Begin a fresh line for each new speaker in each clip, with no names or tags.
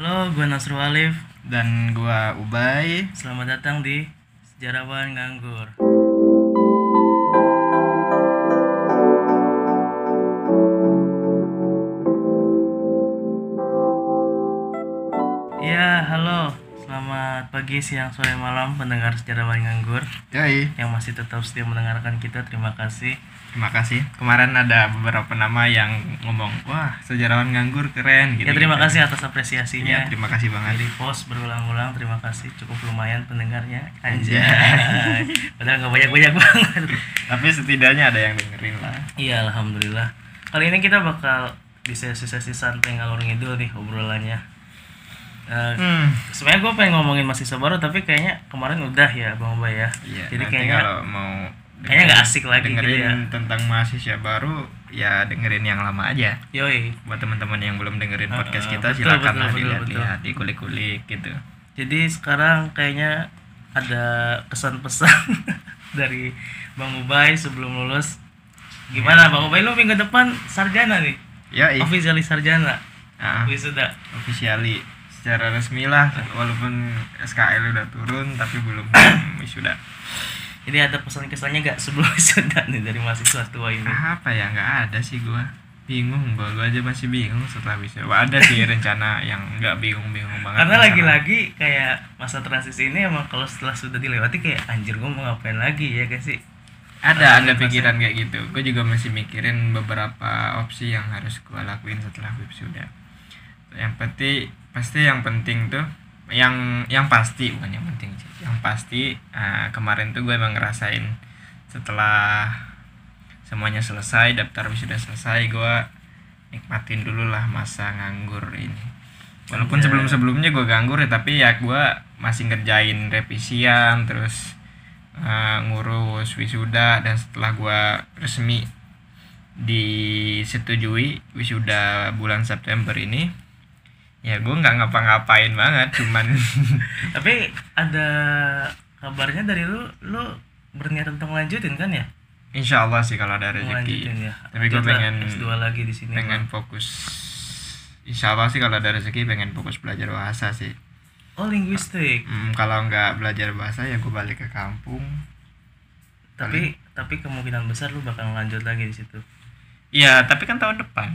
Halo, gue Nasrul Alif.
dan gua Ubay
Selamat datang di Sejarawan Nganggur. Ya, halo. Selamat pagi, siang, sore, malam pendengar Sejarawan Nganggur
Yoi,
yang masih tetap setia mendengarkan kita. Terima kasih.
terima kasih kemarin ada beberapa nama yang ngomong wah sejarawan nganggur keren gitu
Ya, terima
gitu.
kasih atas
ya
apresiasinya.
terima kasih banget
Di post berulang-ulang terima kasih cukup lumayan pendengarnya
Iya.
anjay
Anjay.
padahal nggak banyak-banyak banget
tapi setidaknya ada yang dengerin lah
iya alhamdulillah kali ini kita bakal di sesi-sesi santai ngalur ngidul nih obrolannya Eh,
hmm
sebenarnya gue pengen ngomongin mahasiswa baru tapi kayaknya kemarin udah ya bang Obay ya
iya
jadi
nanti
kayaknya
kalau mau
kayaknya nggak asik lagi gitu
dengerin
ya.
tentang mahasiswa baru ya dengerin yang lama aja
yoi
buat teman-teman yang belum dengerin
Eh,
podcast
eh,
kita
betul,
silakan
betul,
lah
betul,
dilihat-lihat dikulik-kulik gitu
jadi sekarang kayaknya ada kesan pesan dari bang Ubay sebelum lulus gimana bang Ubay lu minggu depan sarjana nih
ya iya Ah.
officially sarjana wisuda
officially secara resmi lah walaupun SKL udah turun tapi belum wisuda
Jadi ada pesan kesannya gak sebelum wisuda nih dari mahasiswa tua ini?
apa ya nggak ada sih gua bingung gua gua aja masih bingung setelah wisuda ada sih rencana yang nggak bingung-bingung banget
Karena
rencana.
lagi-lagi kayak masa transisi ini emang kalau setelah sudah dilewati kayak anjir gue mau ngapain lagi ya guys sih?
ada ada
Rencana.
pikiran kayak gitu gua juga masih mikirin beberapa opsi yang harus gua lakuin setelah wisuda yang penting pasti yang penting tuh yang yang pasti bukan yang penting sih yang pasti eh, kemarin tuh gue emang ngerasain setelah semuanya selesai daftar wisuda selesai gue nikmatin dulu lah masa nganggur ini walaupun
Iya.
sebelum sebelumnya gue nganggur ya tapi ya gue masih ngerjain revisian terus eh, ngurus wisuda dan setelah gue resmi disetujui wisuda bulan September ini ya gue nggak ngapa-ngapain banget cuman
Tapi ada kabarnya dari lu, lu berniat untuk lanjutin kan ya?
insya Allah sih kalau ada rezeki
Lanjutin ya.
Tapi
Lanjut
gua
lah,
pengen-
S2 lagi di sini.
pengen fokus insya Allah sih kalau ada rezeki pengen fokus belajar bahasa sih
Oh linguistik.
Hmm, kalau nggak belajar bahasa ya gue balik ke kampung
Tapi tapi kemungkinan besar lu bakal lanjut lagi di situ.
iya tapi kan tahun depan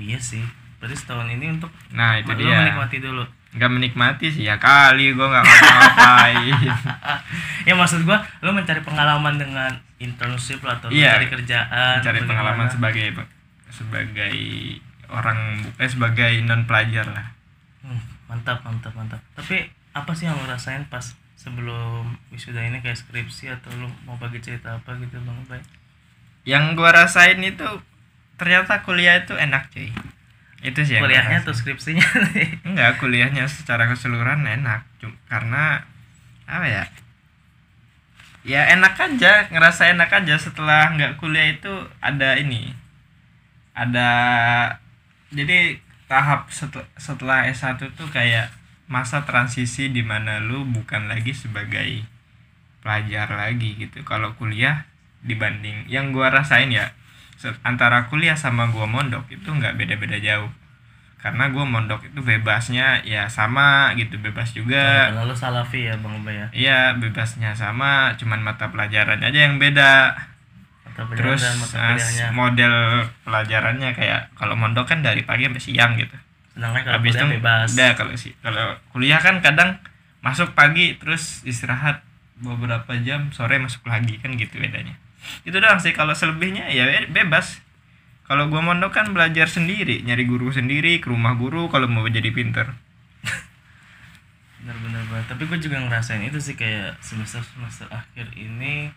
Iya sih. Berarti setahun ini untuk
nah itu
lu
dia
menikmati dulu.
nggak menikmati sih ya kali gue nggak ngapa-ngapain
ya maksud gua lo mencari pengalaman dengan internship lah, atau lo
Iya.
mencari kerjaan
cari
atau
pengalaman
gimana.
sebagai sebagai orang eh sebagai non pelajar lah
Hmm, mantap mantap mantap tapi apa sih yang lo rasain pas sebelum wisuda ini kayak skripsi atau lo mau bagi cerita apa gitu bang Ubay
yang gua rasain itu ternyata kuliah itu enak cuy itu sih yang Ya, gua
kuliahnya
rasain.
atau skripsinya nih?
enggak kuliahnya secara keseluruhan enak Cum- karena apa ya ya enak aja ngerasa enak aja setelah nggak kuliah itu ada ini ada jadi tahap setel- setelah S1 tuh kayak masa transisi di mana lu bukan lagi sebagai pelajar lagi gitu kalau kuliah dibanding yang gua rasain ya se- antara kuliah sama gua mondok itu nggak beda-beda jauh karena gua mondok itu bebasnya ya sama gitu bebas juga
Karena lo salafi ya bang Ubay ya
Iya, bebasnya sama, cuman mata pelajaran aja yang beda.
atau
Terus
penjelasan mata
eh,
kuliahnya
model pelajarannya kayak kalau mondok kan dari pagi sampai siang gitu.
sedangkan kalau
Habis itu
kuliah bebas
udah kalau si kalau kuliah kan kadang masuk pagi terus istirahat beberapa jam, sore masuk lagi kan gitu bedanya. Itu doang sih kalau selebihnya ya be- bebas. Kalau gua mondok kan belajar sendiri, nyari guru sendiri, ke rumah guru kalau mau jadi pinter.
bener-bener banget tapi gue juga ngerasain itu sih kayak semester semester akhir ini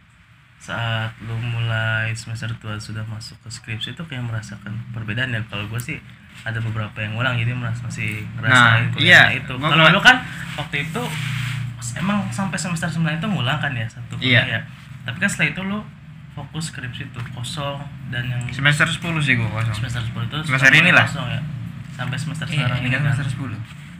saat lu mulai semester tua sudah masuk ke skripsi itu kayak merasakan perbedaan ya kalau gue sih ada beberapa yang ulang jadi merasa masih ngerasain
Nah,
kuliahnya
iya.
itu
Gua
kalau
kema-
lu kan waktu itu emang sampai semester 9 itu ngulang kan ya satu kuliah
Iya.
ya tapi kan setelah itu lu fokus skripsi itu kosong dan yang
Semester 10 sih gua kosong.
semester 10 itu
Semester
sekarang
inilah.
kosong ya sampai semester
Eh,
sekarang ini
kan
kan
semester 10.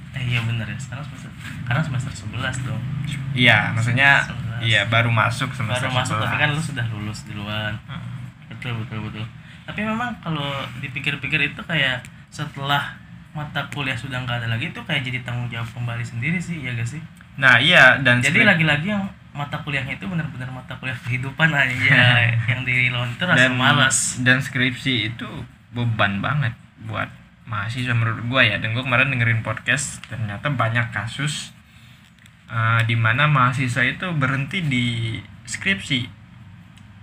eh iya bener ya sekarang semester karena semester 11 dong
Iya, maksudnya
Sebelas.
iya baru masuk semester
baru masuk tapi
sebelas.
kan lu sudah lulus duluan
Hmm.
betul betul betul tapi memang kalau dipikir-pikir itu kayak setelah mata kuliah sudah nggak ada lagi itu kayak jadi tanggung jawab kembali sendiri sih ya gak sih
nah iya dan
jadi
sebe-
lagi-lagi yang mata kuliahnya itu benar-benar mata kuliah kehidupan aja yang di lonter asal
dan
malas
dan skripsi itu beban banget buat mahasiswa menurut gua ya dan gua kemarin dengerin podcast ternyata banyak kasus eh, di mana mahasiswa itu berhenti di skripsi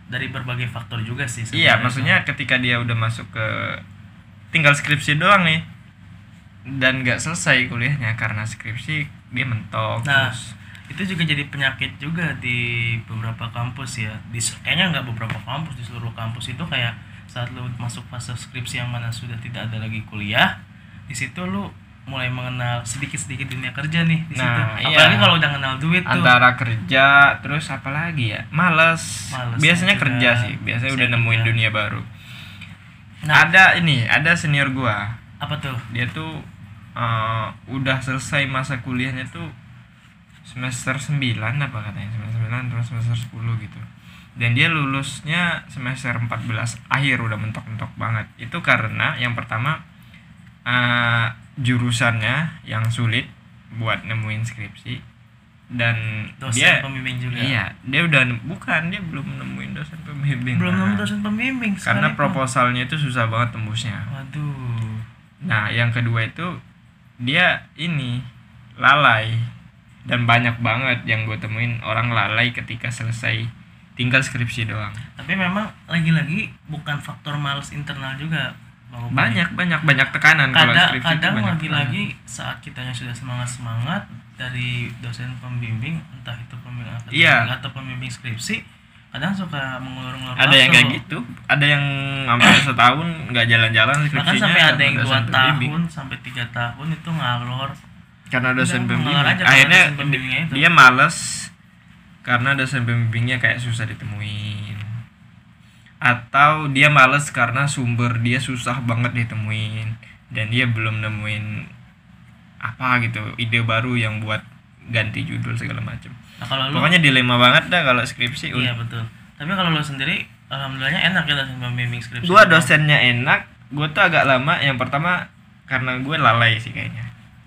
dari berbagai faktor juga sih
Iya,
sebenarnya.
maksudnya ketika dia udah masuk ke tinggal skripsi doang nih dan nggak selesai kuliahnya karena skripsi dia mentok
Nah.
terus.
itu juga jadi penyakit juga di beberapa kampus ya di se- kayaknya nggak beberapa kampus di seluruh kampus itu kayak saat lu masuk fase skripsi yang mana sudah tidak ada lagi kuliah di situ lu mulai mengenal sedikit sedikit dunia kerja nih di
Nah,
situ
iya.
apalagi kalau udah kenal duit tuh
antara kerja terus apa lagi ya males,
Males,
biasanya
akhirnya.
kerja sih biasanya udah
Biasanya
nemuin
kerja.
dunia baru
nah
ada ini ada senior gua
apa tuh
dia tuh eh, udah selesai masa kuliahnya tuh semester 9 apa katanya semester 9 terus semester 10 gitu dan dia lulusnya semester 14 akhir udah mentok-mentok banget itu karena yang pertama eh, jurusannya yang sulit buat nemuin skripsi dan
dosen
dia
pembimbing juga
iya dia udah ne- bukan dia belum nemuin dosen pembimbing
belum nemu
Nah,
dosen pembimbing
karena
sekalipun.
proposalnya itu susah banget tembusnya
waduh
Nah, yang kedua itu dia ini lalai dan banyak banget yang gue temuin orang lalai ketika selesai tinggal skripsi doang.
tapi memang lagi-lagi bukan faktor males internal juga Bang Opan.
Banyak banyak banyak tekanan Kan kalau
kadang
skripsi itu
kadang
banyak Hmm.
lagi-lagi saat kitanya sudah semangat semangat dari dosen pembimbing entah itu pembimbing akademik
Iya.
atau pembimbing skripsi kadang suka mengulur-ngulur
tekanan. Ada yang
waktu.
kayak gitu, ada yang sampai setahun nggak jalan-jalan skripsinya.
bahkan sampai ada
karena
yang
dosen
dua
pembimbing.
tahun sampai tiga tahun itu ngalor
Karena dosen
Udah,
pembimbing.
mengalir aja karena
Akhirnya
dosen pembimbingnya itu.
dia males karena dosen pembimbingnya kayak susah ditemuin. Atau dia males karena sumber dia susah banget ditemuin dan dia belum nemuin apa gitu ide baru yang buat ganti judul segala macam.
nah kalau lu
Pokoknya dilema banget dah kalau skripsi.
iya betul tapi kalau lu sendiri alhamdulillahnya enak ya dosen pembimbing skripsi
Gua dosennya enak, gua tuh agak lama. Yang pertama karena gue lalai sih kayaknya.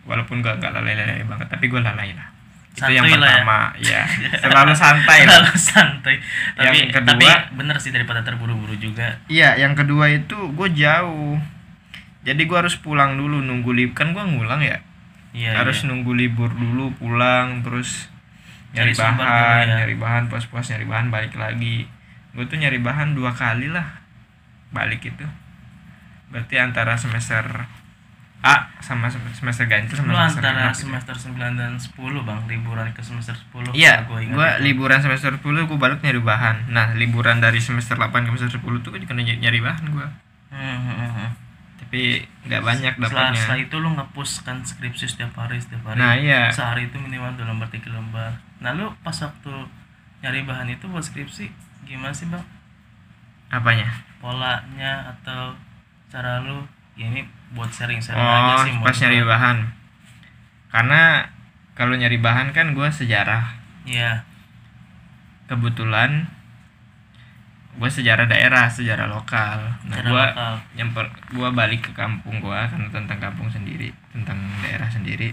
Walaupun gua nggak lalai-lalai banget, tapi gua lalai lah. Itu yang
Santuy lah ya.
pertama, ya. Selalu santai lah.
Terlalu santai tapi
Yang kedua-
tapi bener sih daripada terburu-buru juga
Iya, yang kedua itu gue jauh. Jadi gue harus pulang dulu nunggu libur kan gue ngulang ya.
iya
harus
iya.
nunggu libur dulu pulang terus nyari
Cari sumber
bahan,
dulu ya.
nyari bahan puas-puas nyari bahan balik lagi. Gue tuh nyari bahan dua kali lah balik itu. Berarti antara semester A sama sem- semester ganjil
lu
sama semester
antara
genap gitu.
semester 9 dan 10 bang liburan ke semester 10
Iya,
kalau ingat
gue
itu.
liburan semester 10 gue balik nyari bahan. Nah, liburan dari semester 8 ke semester 10 tuh gue juga nyari nyari bahan gue.
Hmm, hmm, hmm, hmm.
Tapi nggak banyak
setelah,
dapatnya.
setelah itu lu nge-push kan skripsi setiap hari setiap hari
Nah iya
sehari itu minimal dua lembar tiga lembar nah lu pas waktu nyari bahan itu buat skripsi gimana sih bang
apanya?
polanya atau cara lu ya ini buat sharing sharing aja
Oh
sih
pas
mau-
nyari bahan. Karena kalau nyari bahan kan gue sejarah
iya
kebetulan gue sejarah daerah sejarah lokal. Nah
cara
gue
lokal
nyemper gue balik ke kampung gue karena tentang kampung sendiri tentang daerah sendiri.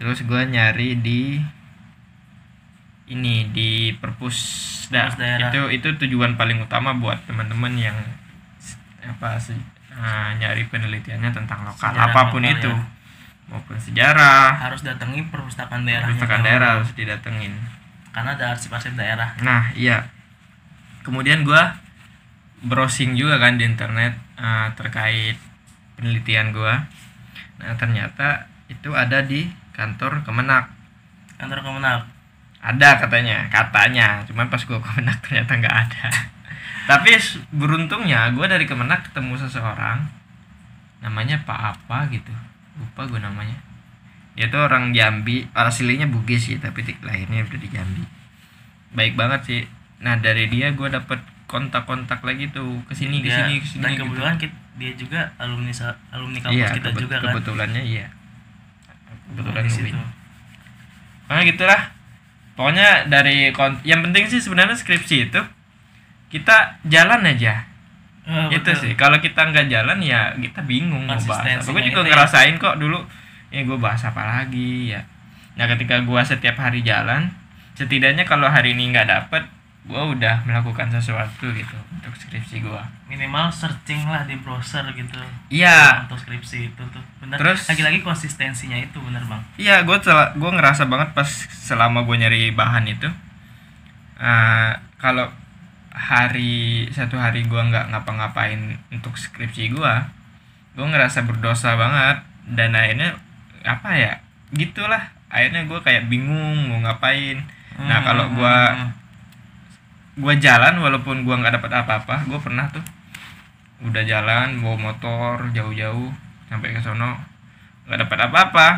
Terus gue nyari di ini di perpus dah
Perpus daerah.
itu itu tujuan paling utama buat teman-teman yang s- apa sih eh, nyari penelitiannya tentang lokal
Sejarah
apapun
lokal
itu
ya.
maupun sejarah
harus datangi perpustakaan daerahnya gitu.
perpustakaan
dulu.
daerah harus didatengin
karena ada arsip-arsip daerah
nah iya kemudian gua browsing juga kan di internet eh, terkait penelitian gua nah ternyata itu ada di kantor kemenak
kantor kemenang
ada katanya katanya cuman pas gua ke kemenak ternyata nggak ada tapi s- beruntungnya gua dari kemenak ketemu seseorang namanya pak apa gitu lupa gue namanya dia tuh orang Jambi aslinya Bugis sih tapi tik- lahirnya udah di Jambi baik banget sih nah dari dia gua dapet kontak-kontak lagi tuh kesini
dia
kesini kesini
Iya, dan
gitu.
kebetulan kit- dia juga alumni sa- alumni kampus
Iya,
kita
kebet-
juga kan
kebetulannya iya kebetulan
di
Uin.
situ
Pokoknya Ah, gitulah. Pokoknya dari kon- yang penting sih sebenarnya skripsi itu kita jalan aja.
Ah, betul.
itu Gitu sih kalau kita nggak jalan ya kita bingung mau bahas apa
Konsistensinya
gue juga
itu ya.
ngerasain kok dulu ya gue bahas apa lagi ya nah ketika gue setiap hari jalan setidaknya kalau hari ini nggak dapet gue udah melakukan sesuatu gitu untuk skripsi gue
minimal searching lah di browser gitu
iya
untuk skripsi itu tuh bener
Terus-
lagi-lagi konsistensinya itu bener bang
iya gue gue ngerasa banget pas selama gue nyari bahan itu eh, kalau hari satu hari gue nggak ngapa-ngapain untuk skripsi gue gue ngerasa berdosa banget dan akhirnya apa ya gitulah akhirnya gue kayak bingung mau ngapain
Hmm.
Nah, kalau gua- gue jalan walaupun gue nggak dapat apa-apa gue pernah tuh udah jalan bawa motor jauh-jauh sampai ke sono nggak dapat apa-apa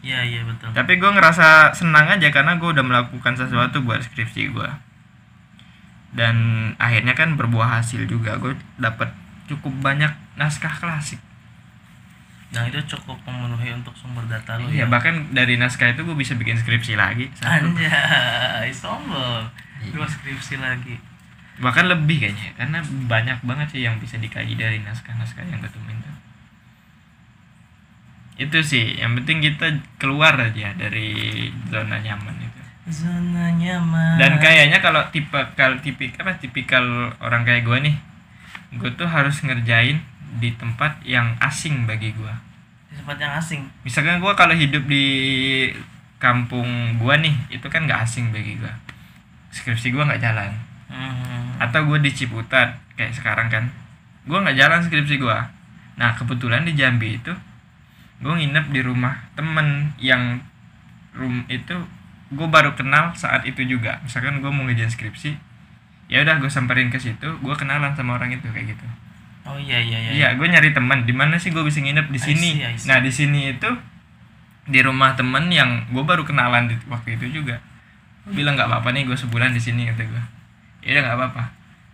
iya iya betul
tapi gue ngerasa senang aja karena gue udah melakukan sesuatu buat skripsi gue dan akhirnya kan berbuah hasil juga gue dapat cukup banyak naskah klasik
dan Nah, itu cukup memenuhi untuk sumber data lo
ya bahkan dari naskah itu gue bisa bikin skripsi lagi satu
anjay sombong dua
Iya.
skripsi lagi
bahkan lebih kayaknya karena banyak banget sih yang bisa dikaji dari naskah-naskah yang gue temuin tuh itu sih yang penting kita keluar aja dari zona nyaman itu
zona nyaman
dan kayaknya kalau tipe kal tipik apa tipikal orang kayak gue nih gue tuh harus ngerjain di tempat yang asing bagi gue
di tempat yang asing
misalkan gue kalau hidup di kampung gue nih itu kan nggak asing bagi gue skripsi gue nggak jalan
Hmm.
atau gue di Ciputat kayak sekarang kan gue nggak jalan skripsi gue nah kebetulan di Jambi itu gue nginep di rumah temen yang room itu gue baru kenal saat itu juga misalkan gue mau ngejalan skripsi ya udah gue samperin ke situ gue kenalan sama orang itu kayak gitu
oh iya iya iya
iya gue nyari teman di mana sih gue bisa nginep di
I
sini
see, I see.
nah di sini itu di rumah temen yang gue baru kenalan di waktu itu juga Gua bilang nggak apa-apa nih gue sebulan di sini kata gue ya udah nggak apa-apa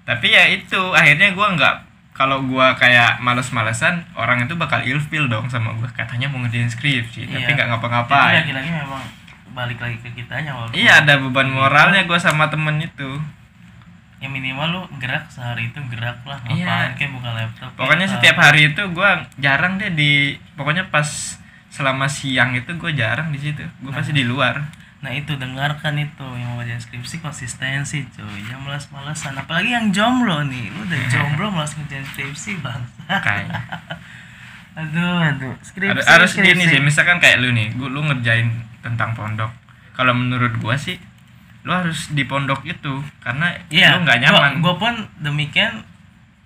tapi ya itu akhirnya gue nggak kalau gue kayak males-malesan orang itu bakal ilfil dong sama gue katanya mau ngerjain skripsi tapi
Iya. Jadi
nggak ngapa-ngapain
lagi-lagi memang balik lagi ke kitanya walaupun
ya? iya ada beban moralnya gue sama temen itu
ya minimal lu gerak sehari itu gerak lah ngapain
Iya.
kayak buka laptop
pokoknya
kayak
setiap hari itu gua jarang deh di pokoknya pas selama siang itu gue jarang di situ gue pasti di luar
Nah itu dengarkan itu yang mau jadi skripsi konsistensi cuy Yang malas-malasan apalagi yang jomblo nih Lu udah jomblo malas ngerjain skripsi bang
kayak
Aduh aduh skripsi
Har- harus
skripsi.
gini sih misalkan kayak lu nih gua, lu ngerjain tentang pondok kalau menurut gua sih lu harus di pondok itu karena
Iya
lu nggak nyaman
Gue pun demikian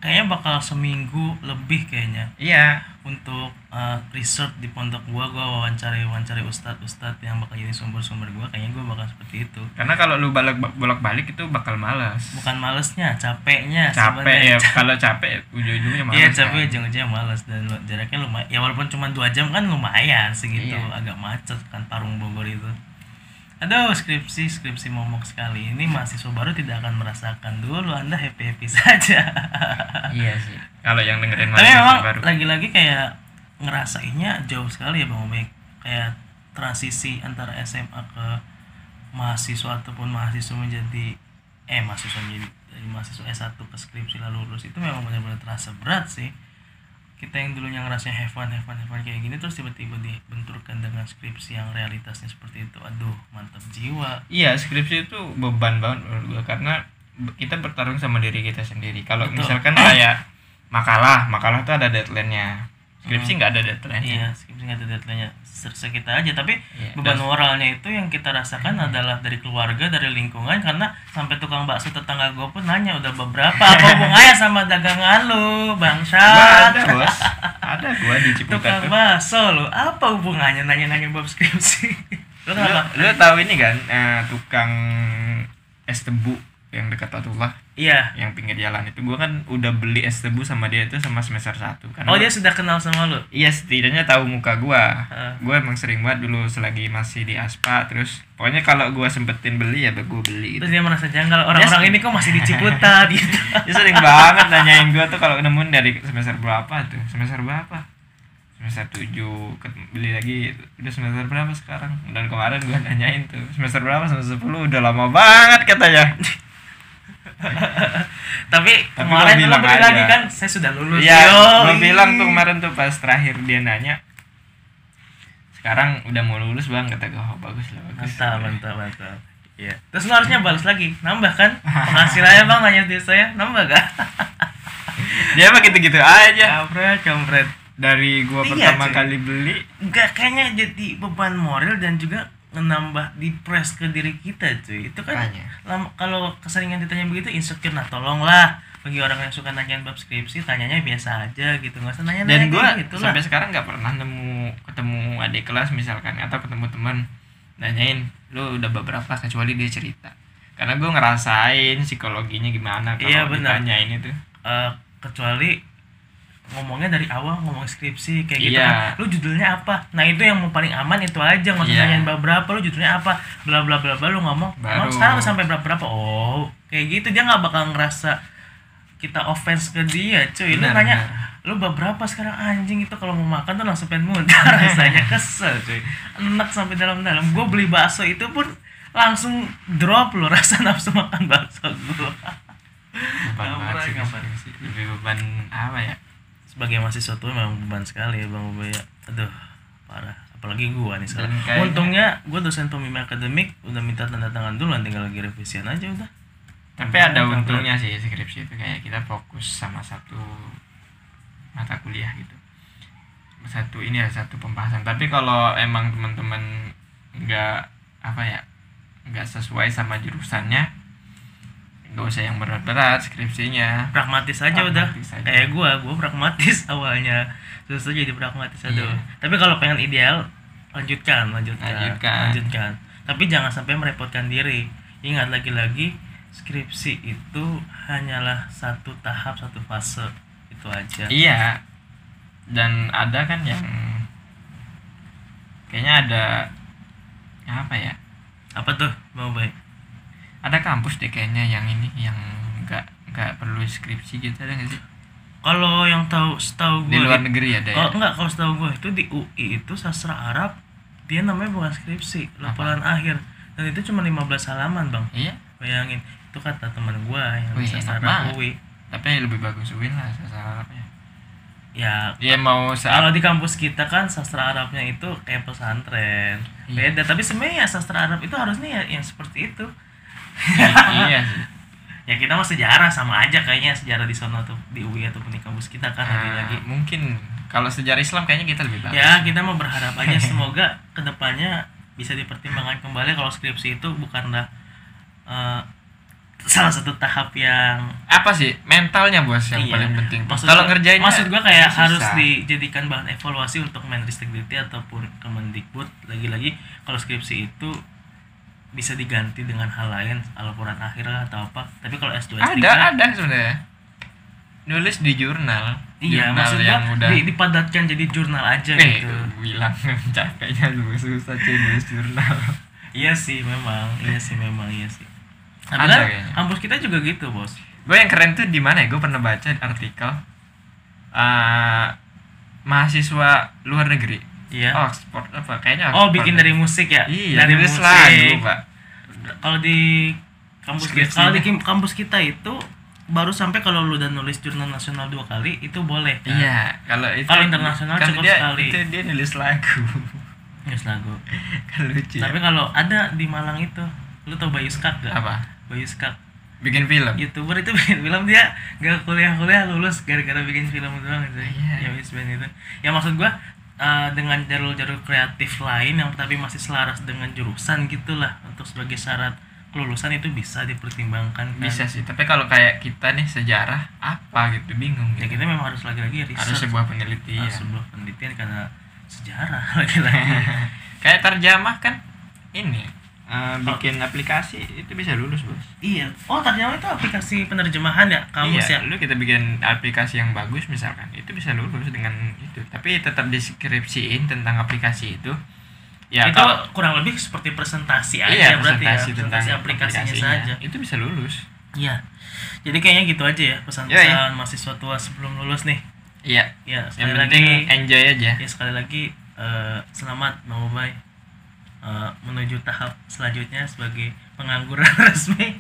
kayaknya bakal seminggu lebih kayaknya
iya
untuk uh, research di pondok gua gua wawancari wawancari ustadz ustadz yang bakal jadi sumber-sumber gua kayaknya gua bakal seperti itu
karena kalau lu bolak bolak balik itu bakal malas
bukan malesnya capeknya
capek ya
sebenarnya.
kalau capek ujung-ujungnya malas
Iya,
kan?
tapi ujung-ujungnya malas dan lu- jaraknya lumayan. Ya walaupun cuma dua jam kan lumayan segitu,
Iya.
agak macet kan Parung Bogor itu. Aduh, skripsi skripsi momok sekali ini mahasiswa baru tidak akan merasakan dulu Anda happy happy saja.
iya sih kalau yang dengerin
tapi
mahasiswa
memang
baru
lagi-lagi kayak ngerasainnya jauh sekali ya Bang Ubek. Kayak transisi antara SMA ke mahasiswa ataupun mahasiswa menjadi eh mahasiswa menjadi dari mahasiswa S1 ke skripsi lalu lulus itu memang benar-benar terasa berat sih kita yang dulunya ngerasanya have fun, have fun, have fun kayak gini terus tiba-tiba dibenturkan dengan skripsi yang realitasnya seperti itu aduh mantap jiwa
Iya, skripsi itu beban banget menurut gua karena be- kita bertarung sama diri kita sendiri. Kalau
Betul.
misalkan kayak makalah, makalah tuh ada deadline-nya.
Hmm.
Skripsi nggak ada deadline-nya.
iya skripsi nggak ada deadline-nya sersa kita aja tapi
Iya,
beban
dan-
moralnya itu yang kita rasakan adalah dari keluarga dari lingkungan karena sampai tukang bakso tetangga gue pun nanya udah beberapa apa hubungannya sama dagangan lu
Gua ada,
bangsat
Bos. Ada gua di Ciputat
Iya. tukang
tuh.
bakso lu apa hubungannya nanya-nanya bab skripsi lu
Lu,
kenapa
lu tahu ini kan eh, tukang es tebu yang dekat Fatullah
iya
yang pinggir jalan itu gua kan udah beli es tebu sama dia itu sama semester 1 karena
oh dia sudah kenal sama lu
Iya setidaknya tahu muka gua.
Heeh.
Gua emang sering banget dulu selagi masih di Aspa terus pokoknya kalau gua sempetin beli ya gua beli gitu.
terus dia merasa janggal orang-orang
Yes.
ini kok masih di Ciputat gitu
Dia sering banget nanyain gua tuh kalau nemuin dari semester berapa tuh semester berapa semester 7 ket- beli lagi udah semester berapa sekarang dan kemarin gua nanyain tuh semester berapa semester 10 udah lama banget katanya
tapi,
Tapi
kemarin
gua
lu
bilang
beli
aja.
lagi kan saya sudah lulus
Iya,
Yo,
gua
ih.
bilang tuh kemarin tuh pas terakhir dia nanya. Sekarang udah mau lulus bang, kata gue, oh, bagus lah bagus.
mantap mantap mantap Iya. Terus lu harusnya balas lagi, nambah kan? Penghasilannya bang nanya di saya, nambah gak?
Dia mah Ya, gitu-gitu aja.
Kampret, kampret.
Dari gua
Iya,
pertama
cuy.
kali beli,
Enggak, kayaknya jadi beban moral dan juga menambah di press ke diri kita cuy itu kan
Makanya.
lama- kalau keseringan ditanya begitu insecure nah tolonglah bagi orang yang suka nanyain bab skripsi tanyanya biasa aja gitu nggak usah nanya
dan gue
gitu lah
sampai sekarang nggak pernah nemu ketemu adik kelas misalkan atau ketemu teman nanyain lu udah beberapa kecuali dia cerita karena gue ngerasain psikologinya gimana kalau
Iya, benar.
ditanyain itu
Eh, kecuali ngomongnya dari awal ngomong skripsi kayak gitu
Iya.
kan lu judulnya apa nah itu yang mau paling aman itu aja nggak usah
Iya.
nanyain bab berapa lu judulnya apa bla bla bla bla lu ngomong
Baru.
emang sekarang lu sampai berapa berapa oh kayak gitu dia nggak bakal ngerasa kita offense ke dia cuy lu
Benar,
nanya
benar.
lu bab berapa sekarang anjing itu kalau mau makan tuh langsung pengen muntah rasanya kesel cuy enak sampai dalam-dalam gue beli bakso itu pun langsung drop lo rasa nafsu makan bakso gue
beban
Nggak
banget
pernah,
sih,
nggak pernah.
sih. lebih beban apa ya
sebagai mahasiswa tuh memang beban sekali ya bang Ubay ya. aduh parah apalagi gua nih sekarang
Dan kayaknya-
untungnya gua dosen pembimbing akademik udah minta tanda tangan duluan tinggal lagi revisian aja udah
tapi ada untungnya sih skripsi itu kayak kita fokus sama satu mata kuliah gitu satu ini ya satu pembahasan tapi kalau emang teman-teman nggak apa ya nggak sesuai sama jurusannya nggak usah yang berat-berat skripsinya
pragmatis aja
Pragmatis
udah
aja.
kayak gua gua pragmatis awalnya terus tuh jadi pragmatis aduh
Iya.
tapi kalau pengen ideal lanjutkan lanjutkan
Lanjutkan.
lanjutkan tapi jangan sampai merepotkan diri ingat lagi-lagi skripsi itu hanyalah satu tahap satu fase itu aja
iya dan ada kan yang kayaknya ada apa ya
apa tuh bang Ubay
ada kampus deh kayaknya yang ini yang nggak nggak perlu skripsi gitu ada nggak sih
kalau yang tahu setahu
di
gue
luar negeri ada ya
oh enggak kalau setahu gue itu di UI itu sastra Arab dia namanya bukan skripsi laporan akhir dan itu cuma 15 halaman bang
iya
bayangin itu kata teman gue yang di
Wih,
sastra
enak
Arab
banget.
UI
tapi lebih bagus Win lah sasar Arabnya
Ah. ya
dia mau saat
kalau di kampus kita kan sastra Arabnya itu kayak pesantren
Iya.
beda tapi sebenarnya ya sastra Arab itu harusnya ya yang seperti itu
iya sih
ya kita mah sejarah sama aja kayaknya sejarah di sana atau di UI ataupun di kampus kita kan lagi-lagi
Ah, mungkin kalau sejarah Islam kayaknya kita lebih bagus
ya kita mau berharap aja semoga kedepannya bisa dipertimbangkan kembali kalau skripsi itu bukanlah eh, salah satu tahap yang
apa sih mentalnya bos yang
Iya.
paling penting tuh.
Maksud
kalau
gua-
ngerjain ya,
maksud gua kayak harus dijadikan bahan evaluasi untuk Menristekdikti ataupun Kemendikbud lagi-lagi kalau skripsi itu bisa diganti dengan hal lain laporan akhir lah atau apa tapi kalau S2 S3
ada ada sebenarnya nulis di jurnal
iya
jurnal
maksud
yang
gua
udah
di- dipadatkan jadi jurnal aja
Eh,
gitu
bilang capeknya lu susah cuy nulis jurnal
Iya sih memang, iya sih memang, iya sih. Tapi
Ada
kan
kayaknya.
kampus kita juga gitu bos.
gue yang keren tuh di mana ya gue pernah baca artikel eh mahasiswa luar negeri
Iya.
Oxford apa kayaknya
Oh,
Oxford
bikin
deh.
dari musik ya?
Oh, iya
dari
nulis lagu pak
Kalau di kampus kita,
Skripsinya.
kalau di kim- kampus kita itu baru sampai kalau lu udah nulis jurnal nasional dua kali itu boleh kan?
iya kalau itu
Kalau internasional
kan
cukup
dia,
sekali.
itu dia nulis lagu
Nulis lagu.
kan lucu ya.
Tapi kalau ada di Malang itu, lu tau Bayu Skak gak?
apa
Bayu Skak
bikin film
youtuber itu bikin film dia gak kuliah-kuliah lulus gara-gara bikin film doang gitu
Iya.
ya wis band itu ya maksud gua eh, dengan jalur-jalur kreatif lain yang tapi masih selaras dengan jurusan gitulah untuk sebagai syarat kelulusan itu bisa dipertimbangkan kan?
bisa sih tapi kalau kayak kita nih sejarah apa gitu bingung
ya
gitu.
kita memang harus lagi-lagi
harus iya.
research harus
sebuah penelitian
sebuah penelitian karena sejarah lagi-lagi
kayak terjemah kan ini
Oh.
eh, bikin aplikasi itu bisa lulus bos
iya oh ternyata itu aplikasi penerjemahan ya kamus ya
iya, lu kita bikin aplikasi yang bagus misalkan itu bisa lulus dengan itu tapi tetap deskripsiin tentang aplikasi itu ya
itu
kalau
kurang lebih seperti presentasi aja
iya
berarti ya
presentasi tentang
presentasi aplikasinya saja
itu bisa lulus
Iya. Jadi kayaknya gitu aja ya pesan-pesan
Ya, ya.
mahasiswa tua sebelum lulus nih.
iya
Ya,
yang
sekali
penting
lagi
enjoy aja
ya sekali lagi eh, selamat Bang Ubay. Eh, eh, menuju tahap selanjutnya sebagai pengangguran resmi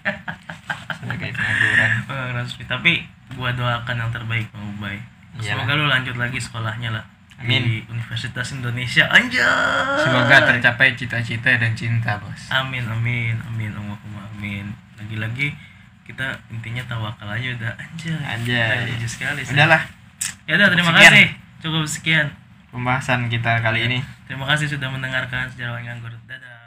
sebagai pengangguran
Pengangguran resmi tapi gua doakan yang terbaik bang Ubay
Iyalah.
semoga lu lanjut lagi sekolahnya lah
Iya. Amin.
di Universitas Indonesia anjay
Semoga tercapai cita-cita dan cinta, Bos.
Amin amin amin Allahumma amin. Lagi-lagi kita intinya tawakal aja udah anjay.
Anjay.
Religious sekali. Shay.
udahlah
Ya udah terima
Sekian.
kasih. Cukup sekian.
pembahasan kita kali ini
Terima kasih sudah mendengarkan sejarah Nganggur. Dadah.